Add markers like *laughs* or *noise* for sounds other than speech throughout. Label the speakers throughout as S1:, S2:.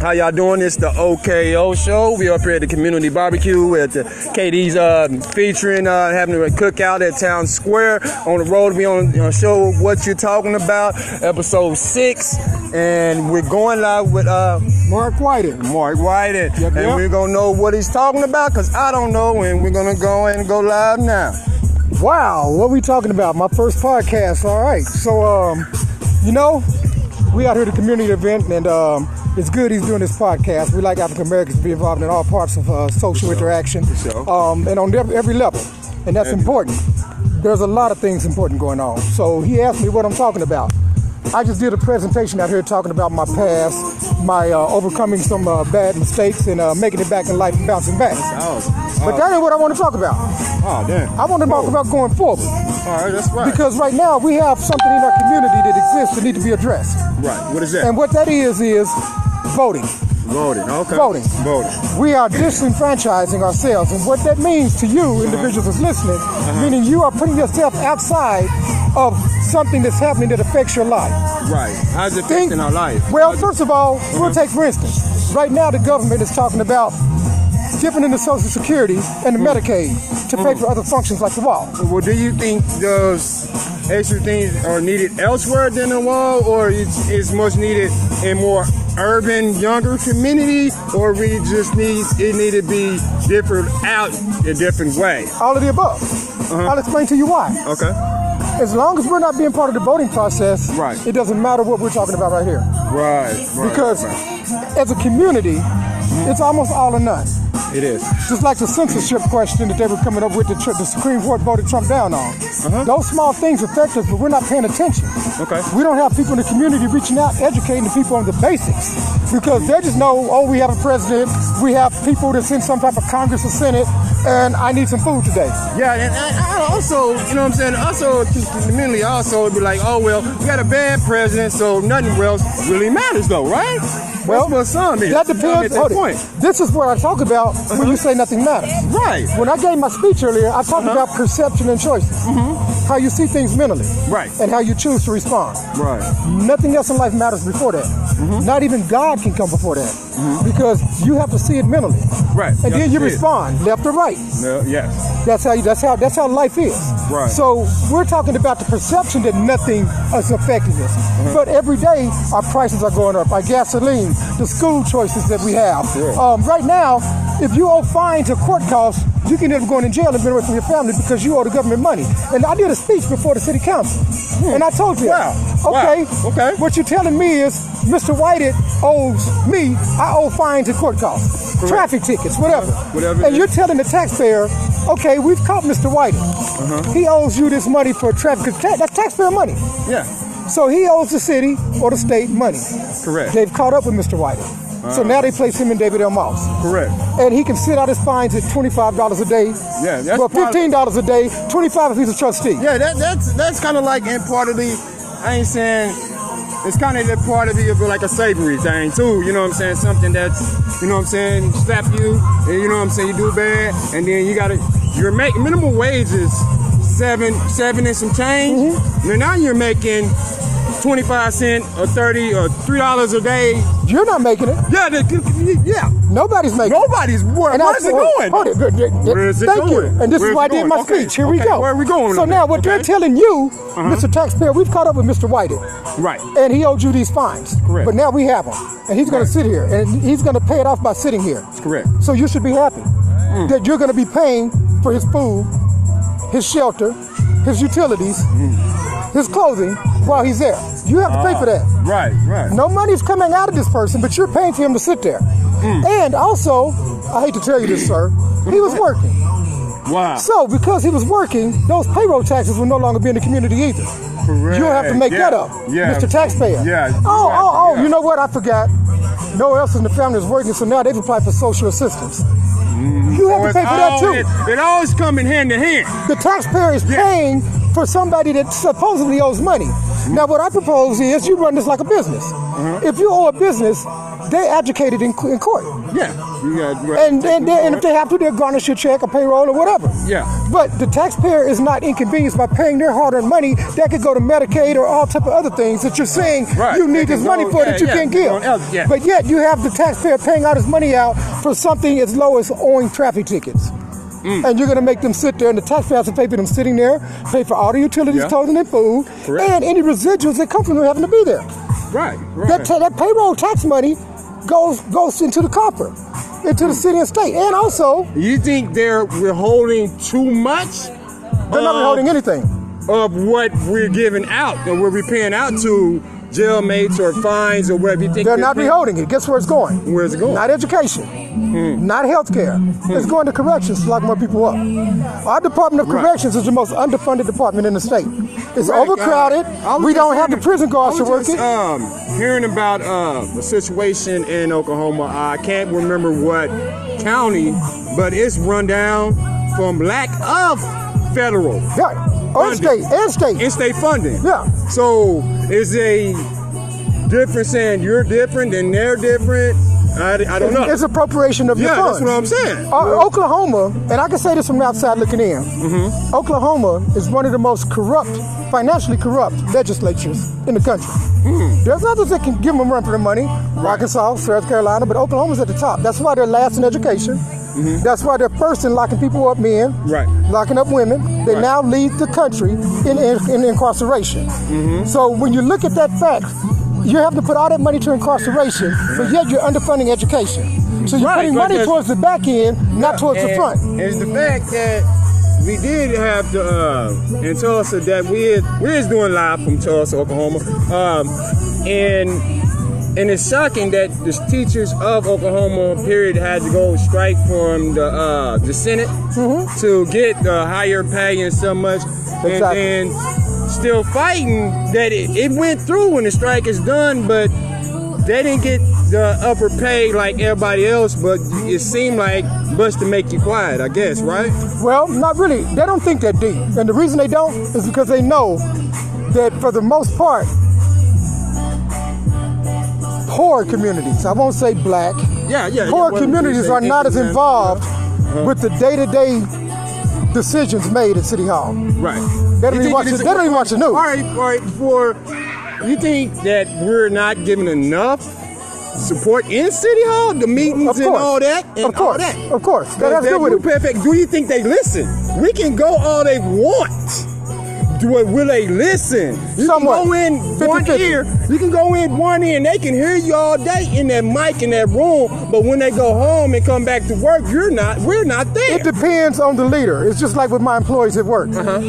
S1: How y'all doing? It's the OKO show. We up here at the community barbecue at the KD's uh, featuring uh, having a cookout at Town Square on the road. We on uh, show what you're talking about, episode six, and we're going live with uh,
S2: Mark Whiting.
S1: Mark Whiting,
S2: Yep,
S1: and
S2: yep.
S1: we're gonna know what he's talking about because I don't know, and we're gonna go and go live now.
S2: Wow, what we talking about? My first podcast. All right. So, um, you know, we out here at a community event, and um, it's good he's doing this podcast. We like African Americans to be involved in all parts of uh, social interaction,
S1: sure.
S2: um, and on every, every level, and that's important. There's a lot of things important going on. So he asked me what I'm talking about. I just did a presentation out here talking about my past, my uh, overcoming some uh, bad mistakes, and uh, making it back in life and bouncing back. But that ain't what I want to talk about.
S1: Oh damn!
S2: I want to talk about going forward
S1: All right, that's right.
S2: because right now we have something in our community that exists that need to be addressed.
S1: Right. What is that?
S2: And what that is is voting.
S1: Voting. Okay.
S2: Voting.
S1: Voting.
S2: We are disenfranchising ourselves, and what that means to you, individuals that's listening, meaning you are putting yourself outside of something that's happening that affects your life.
S1: Right. How's it
S2: Think-
S1: affecting our life?
S2: Well, first of all, we'll take for instance, right now the government is talking about dipping into Social Security and the Medicaid to pay for other functions like the wall.
S1: Well, do you think those extra things are needed elsewhere than the wall, or it's, it's much needed in more urban, younger community, or we just need it need to be different out a different way?
S2: All of the above. I'll explain to you why.
S1: Okay.
S2: As long as we're not being part of the voting process,
S1: Right.
S2: it doesn't matter what we're talking about right here.
S1: Right. right
S2: Because
S1: right.
S2: as a community, it's almost all or none.
S1: it is.
S2: Just like the censorship question that they were coming up with, the, tr- the Supreme Court voted Trump down on.
S1: Uh-huh.
S2: Those small things affect us, but we're not paying attention.
S1: Okay.
S2: We don't have people in the community reaching out, educating the people on the basics because they just know, oh, we have a president, we have people that's in some type of Congress or Senate, and I need some food today.
S1: Yeah, and I, I also, you know what I'm saying, also community also would be like, oh well, we got a bad president, so nothing else really matters though, right?
S2: Well,
S1: That's what some is.
S2: That
S1: You know what I mean?
S2: depends.
S1: At that
S2: Hold it. This is what I talk about when you say nothing matters.
S1: Right.
S2: When I gave my speech earlier, I
S1: Uh-huh.
S2: talked about perception and choices,
S1: Mm-hmm.
S2: how you see things mentally,
S1: Right.
S2: and how you choose to respond.
S1: Right.
S2: Nothing else in life matters before that.
S1: Mm-hmm.
S2: Not even God can come before that, because you have to see it mentally,
S1: Right.
S2: and then you
S1: That's it.
S2: respond left or right.
S1: No, yes.
S2: That's how you, that's how that's how life is.
S1: Right.
S2: So we're talking about the perception that nothing is affecting us,
S1: Uh-huh.
S2: but every day our prices are going up. Our gasoline, the school choices that we have.
S1: Sure.
S2: Um, right now, if you owe fines or court costs, you can end up going in jail and being away from your family because you owe the government money. And I did a speech before the city council, and I told you,
S1: Hmm. Wow.
S2: okay,
S1: Wow. Okay.
S2: what you're telling me is Mr. Whited owes me, I owe fines and court costs, traffic tickets, whatever.
S1: Whatever it
S2: And
S1: is.
S2: you're telling the taxpayer, okay, we've caught Mr. Whiting.
S1: Uh-huh.
S2: He owes you this money for traffic. 'cause Ta- that's taxpayer money.
S1: Yeah.
S2: So he owes the city or the state money.
S1: Correct.
S2: They've caught up with Mr. Whiting.
S1: Uh-huh.
S2: So now they place him in David L. Moss.
S1: Correct.
S2: And he can sit out his fines at $25 a day.
S1: Yeah, that's
S2: Well,
S1: part of-
S2: $15 a day, 25 if he's a trustee.
S1: Yeah, that, that's that's kind of like in part of the. I ain't saying it's kind of that part of the of like a slavery thing too. You know what I'm saying? Something that's you know what I'm saying slap you, and you know what I'm saying you do bad, and then you gotta you're making minimum wage is seven seven and some change.
S2: Mm-hmm.
S1: And now you're making. 25 cent or 30 or three dollars a day
S2: You're not making it.
S1: yeah the, yeah
S2: Nobody's making it.
S1: nobody's where, where's it
S2: hold-
S1: going
S2: Hold it. good, good, good.
S1: Where is it
S2: Thank
S1: going?
S2: You. And this
S1: Where
S2: is
S1: is
S2: why I
S1: it
S2: did my
S1: going? Okay,
S2: speech. Here we
S1: okay,
S2: go.
S1: where are we going
S2: So
S1: with
S2: now
S1: it?
S2: what they're
S1: Okay. Uh-huh.
S2: telling you, Mr. Taxpayer, we've caught up with Mr. Whiting.
S1: right
S2: And he owed you these fines.
S1: Correct.
S2: But now we have them. And he's going to sit here. And he's going to pay it off by sitting here.
S1: correct
S2: So you should be happy
S1: Mm.
S2: that you're going to be paying for his food, his shelter, his utilities,
S1: Mm-hmm.
S2: his clothing while he's there. You have to pay for
S1: Ah.
S2: that.
S1: right right
S2: No money's coming out of this person, but you're paying for him to sit there.
S1: Mm.
S2: And also, I hate to tell you this, sir, he was working.
S1: wow
S2: So because he was working, those payroll taxes will no longer be in the community either.
S1: correct.
S2: You'll have to make
S1: Yeah,
S2: that up,
S1: yeah
S2: Mr. Taxpayer.
S1: Yeah,
S2: Oh, oh, oh,
S1: yeah.
S2: you know what? I forgot. No one else in the family is working, so now they've applied for social assistance.
S1: Mm-hmm.
S2: You have to pay for that too.
S1: Always- it always coming hand to hand.
S2: The taxpayer is paying for somebody that supposedly owes money. Now, what I propose is you run this like a business. If you owe a business, they adjudicate it in, in court.
S1: Yeah, you got right.
S2: And, and, they, and if they have to, they'll garnish your check or payroll or whatever.
S1: Yeah.
S2: But the taxpayer is not inconvenienced by paying their hard-earned money that could go to Medicaid or all type of other things that you're saying
S1: Right.
S2: you
S1: That
S2: need this
S1: can
S2: money
S1: go-
S2: for
S1: yeah,
S2: that you
S1: yeah,
S2: can't
S1: on else-
S2: give.
S1: yeah.
S2: But yet you have the taxpayer paying all his money out for something as low as owing traffic tickets.
S1: Mm.
S2: And you're gonna make them sit there, and the taxpayer has to pay for them sitting there, pay for all the utilities,
S1: Yeah.
S2: clothing, and food,
S1: Correct.
S2: and any residuals that come from them having to be there.
S1: right,
S2: That,
S1: right.
S2: ta- that payroll tax money goes goes into the copper, into the city and state, and also
S1: You think they're withholding too much
S2: they're not
S1: Uh,
S2: holding anything.
S1: of what we're giving out and what we're paying out to jailmates or fines or whatever you think
S2: They're not
S1: paying-
S2: beholding it. Guess where it's going?
S1: Where's it going? Hmm.
S2: Not education, not healthcare. It's going to corrections to lock more people up. Our Department of
S1: Right.
S2: Corrections is the most underfunded department in the state. It's
S1: Right,
S2: overcrowded.
S1: uh, I was
S2: we
S1: just
S2: don't have the
S1: hearing-
S2: prison guards
S1: I
S2: to
S1: was
S2: work
S1: just,
S2: it.
S1: Um, hearing about uh, a situation in Oklahoma, I can't remember what county, but it's run down from lack of federal
S2: yeah.
S1: funding.
S2: And state, and state.
S1: in-state funding.
S2: Yeah.
S1: So is a difference saying you're different and they're different? I, I don't know.
S2: It's appropriation of your
S1: yeah,
S2: funds.
S1: that's what I'm saying.
S2: Uh, Oklahoma, and I can say this from the outside looking in.
S1: Mm-hmm.
S2: Oklahoma is one of the most corrupt, financially corrupt legislatures in the country.
S1: Mm.
S2: There's others that can give them a run for their money, Arkansas, South Carolina, but Oklahoma's at the top. That's why they're last in education. That's why they're first in locking people up, men,
S1: Mm-hmm. Right.
S2: locking up women. They
S1: Right.
S2: now lead the country in, in, in incarceration.
S1: Mm-hmm.
S2: So when you look at that fact, you have to put all that money to incarceration, but yet you're underfunding education. So you're
S1: Right,
S2: putting
S1: but
S2: money
S1: there's-
S2: towards the back end, not towards the
S1: And
S2: front.
S1: It's the fact that we did have the uh, in Tulsa that we is, we is doing live from Tulsa, Oklahoma, um, and and it's shocking that the teachers of Oklahoma period had to go strike from the uh, the Senate to get the higher pay and so much, and
S2: Mm-hmm. Exactly.
S1: then still fighting that it, it went through when the strike is done, but they didn't get the upper pay like everybody else, but it seemed like bust to make you quiet, I guess, right?
S2: Well, not really. They don't think that deep. And the reason they don't is because they know that for the most part, poor communities, I won't say black,
S1: Yeah, yeah.
S2: poor
S1: yeah, well,
S2: communities
S1: they-
S2: are
S1: they-
S2: not as
S1: they-
S2: involved
S1: Uh-huh.
S2: with the day to day decisions made at City Hall.
S1: Right.
S2: They don't
S1: You
S2: even
S1: think
S2: watch
S1: it is-
S2: the- they don't even watch the news.
S1: All right, all right. For you think that we're not giving enough support in City Hall, the meetings
S2: Of course.
S1: and all that, and
S2: of
S1: all
S2: course.
S1: that.
S2: Of course. That
S1: That-
S2: has to do
S1: that
S2: with
S1: group
S2: it.
S1: effect, do you think they listen? We can go all they want. Do it, will they listen? You
S2: Somewhat.
S1: can go in one
S2: 50-50.
S1: ear. You can go in one ear and they can hear you all day in that mic in that room. But when they go home and come back to work, you're not. We're not there.
S2: It depends on the leader. It's just like with my employees at work.
S1: Uh-huh.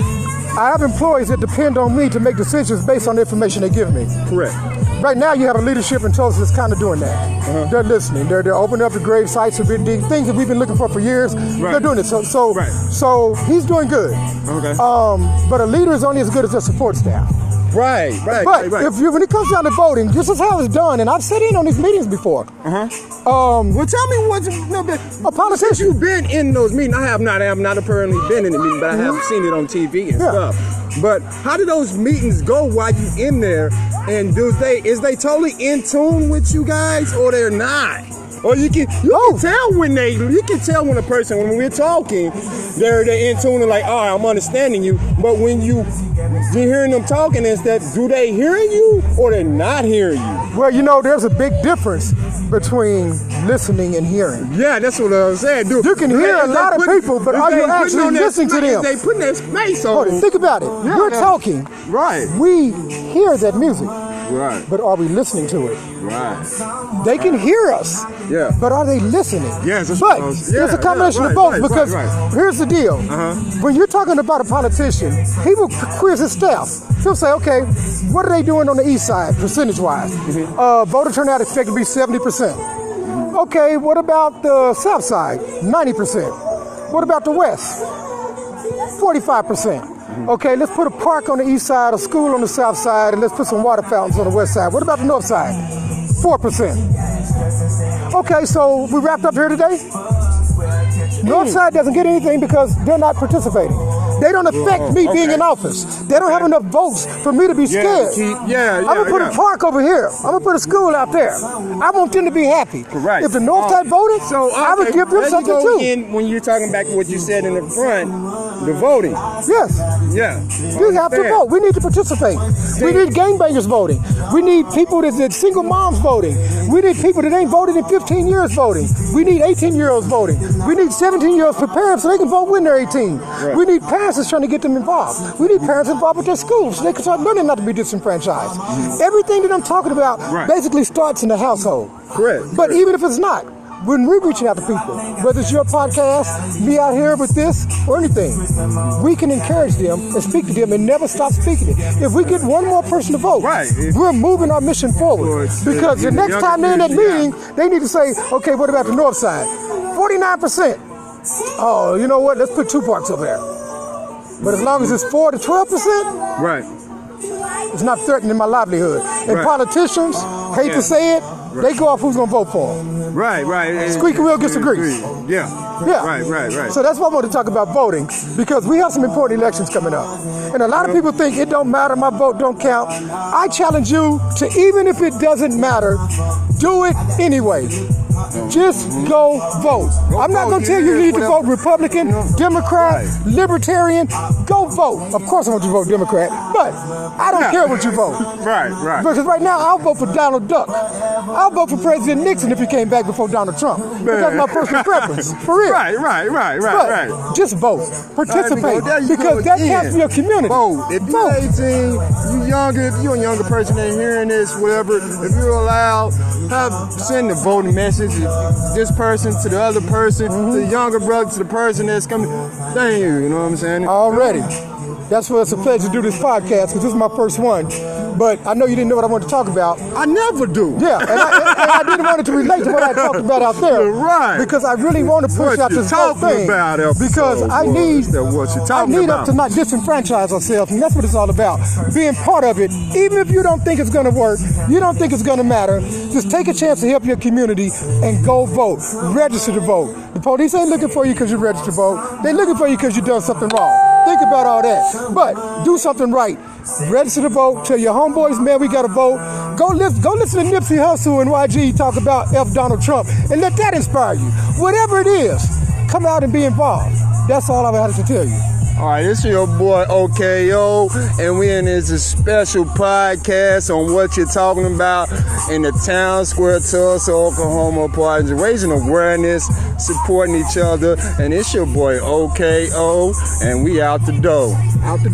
S2: I have employees that depend on me to make decisions based on the information they give me.
S1: Correct.
S2: Right now, you have a leadership in Tulsa that's kind of doing that.
S1: Uh-huh.
S2: They're listening. They're, they're opening up the grave sites for big dig- things that we've been looking for for years. They're doing it. So, so,
S1: Right. Uh-huh.
S2: so he's doing good.
S1: Okay.
S2: Um, but a leader is only as good as their support staff.
S1: Right. Right.
S2: But
S1: right, right.
S2: if you, when it comes down to voting, this is how it's done. And I've sat in on these meetings before.
S1: Uh-huh.
S2: Um,
S1: well, tell me what's no, but
S2: A politician.
S1: Since you've been in those meetings, I have not. I have not apparently been in the meeting, but I have seen it on TV and
S2: Yeah.
S1: stuff. But how do those meetings go while you in there? And do they is they totally in tune with you guys, or they're not? Or you can you can tell when they you can tell when a person when we're talking, they're they in tune and like, all right, I'm understanding you. But when you you're hearing them talking, is that do they hear you or they're not hearing you?
S2: Well, you know, there's a big difference between listening and hearing.
S1: Yeah, that's what I'm saying, dude.
S2: You can
S1: If
S2: hear a
S1: if
S2: lot of
S1: putting-
S2: people, but
S1: if
S2: are
S1: they
S2: you
S1: putting
S2: actually
S1: on that
S2: listening to
S1: space-
S2: them?
S1: They putting that space
S2: Hold
S1: on.
S2: it, think about it.
S1: Oh. Yeah,
S2: We're
S1: yeah.
S2: talking.
S1: Right.
S2: We hear that music,
S1: Right,
S2: but are we listening to it?
S1: right.
S2: They can hear us.
S1: Yeah.
S2: But are they listening?
S1: Yes, that's what
S2: But
S1: I was-
S2: it's
S1: yeah,
S2: a combination
S1: yeah,
S2: of
S1: right,
S2: both
S1: right,
S2: because
S1: right, right.
S2: here's the deal.
S1: Uh-huh.
S2: When you're talking about a politician, he will quiz his staff. He'll say, okay, what are they doing on the east side percentage wise?
S1: Mm-hmm.
S2: Uh, voter turnout expected to be 70%. Okay, what about the south side? 90%. What about the west? 45%.
S1: Mm-hmm.
S2: Okay, let's put a park on the east side, a school on the south side, and let's put some water fountains on the west side. What about the north side? 4%. Okay, so we wrapped up here today. North side doesn't get anything because they're not participating. They don't affect me
S1: Oh,
S2: being
S1: okay.
S2: in office. They don't have enough votes for me to be
S1: Yeah,
S2: scared.
S1: keep- yeah,
S2: I'm gonna
S1: yeah,
S2: put
S1: yeah.
S2: a park over here. I'm gonna put a school out there. I want them to be happy.
S1: Correct.
S2: If the North
S1: Oh.
S2: Side voted,
S1: So
S2: I would
S1: okay,
S2: give them
S1: let's
S2: something
S1: go
S2: too.
S1: In when you're talking back to what you said in the front, the voting.
S2: Yes.
S1: Yeah,
S2: You have to
S1: Understand.
S2: vote. We need to participate. We need gangbangers voting. We need people that that single moms voting. We need people that ain't voted in 15 years voting. We need 18 year olds voting. We need 17 year olds prepared so they can vote when they're 18. We need parents that's trying to get them involved. We need parents involved with their schools so they can start learning not to be disenfranchised. Everything that I'm talking about
S1: Right.
S2: basically starts in the household.
S1: Correct,
S2: But
S1: correct.
S2: even if it's not, when we're reaching out to people, whether it's your podcast, me out here with this, or anything, we can encourage them and speak to them and never stop speaking it. If we get one more person to vote,
S1: Right.
S2: we're moving our mission forward.
S1: Towards the-
S2: Because the
S1: the
S2: next
S1: younger
S2: time they're in that
S1: community, yeah.
S2: meeting, they need to say, okay, what about the north side? 49%. Oh, you know what? Let's put two parks over there. But as long as it's 4 to 12%,
S1: right.
S2: it's not threatening my livelihood. And
S1: Right. Oh,
S2: politicians, hate
S1: Yeah.
S2: to say it, they go off who's going to vote for them.
S1: Right, right.
S2: Squeaky wheel gets the grease.
S1: Yeah.
S2: Yeah.
S1: Right, right, right.
S2: So that's why I want to talk about voting because we have some important elections coming up. And a lot of people think it don't matter, my vote don't count. I challenge you to even if it doesn't matter, do it anyway. Just go vote. I'm not
S1: vote.
S2: going to tell
S1: Yeah,
S2: you you
S1: yeah,
S2: need to vote
S1: whatever.
S2: Republican, Democrat, Libertarian. Go vote. Of course I want you to vote Democrat, but I don't
S1: Yeah.
S2: care what you vote.
S1: right, right.
S2: Because right now, I'll vote for Donald Duck. I'll vote for President Nixon if he came back before Donald Trump. But that's my personal preference. For real.
S1: *laughs* Right, right, right, right,
S2: But
S1: right.
S2: just vote. Participate.
S1: There you go
S2: Because that
S1: again.
S2: counts for your community.
S1: Vote. If you're
S2: Vote.
S1: 18, you younger, if you're a younger person and hearing this, whatever, if you're allowed, have send the voting message to this person to the other person, to the
S2: Mm-hmm.
S1: younger brother, to the person that's coming. Thank you, you know what I'm saying?
S2: Uh, Already. That's why it's a pleasure to do this podcast because this is my first one. But I know you didn't know what I wanted to talk about.
S1: I never do.
S2: Yeah, and I, and I didn't want it to relate to what I talked about out there.
S1: Right.
S2: Because I really want to push
S1: What
S2: out
S1: you
S2: this whole
S1: talking
S2: thing.
S1: about, episode
S2: because I
S1: one?
S2: need,
S1: Is that what you
S2: I
S1: talking
S2: need
S1: about?
S2: us to not disenfranchise ourselves, and that's what it's all about. Being part of it, even if you don't think it's going to work, you don't think it's going to matter, just take a chance to help your community and go vote. Register to vote. The police ain't looking for you because you registered to vote. They're looking for you because you done something wrong. Think about all that. But do something right. Register to vote. Tell your homeboys, man, we got to vote. Go listen, go listen to Nipsey Hussle and YG talk about F. Donald Trump and let that inspire you. Whatever it is, come out and be involved. That's all I have to tell you.
S1: All right, this is your boy OKO, and we in this special podcast on what you're talking about in the town square, Tulsa, Oklahoma, parties, raising awareness, supporting each other, and it's your boy OKO, and we out the door.
S2: Out the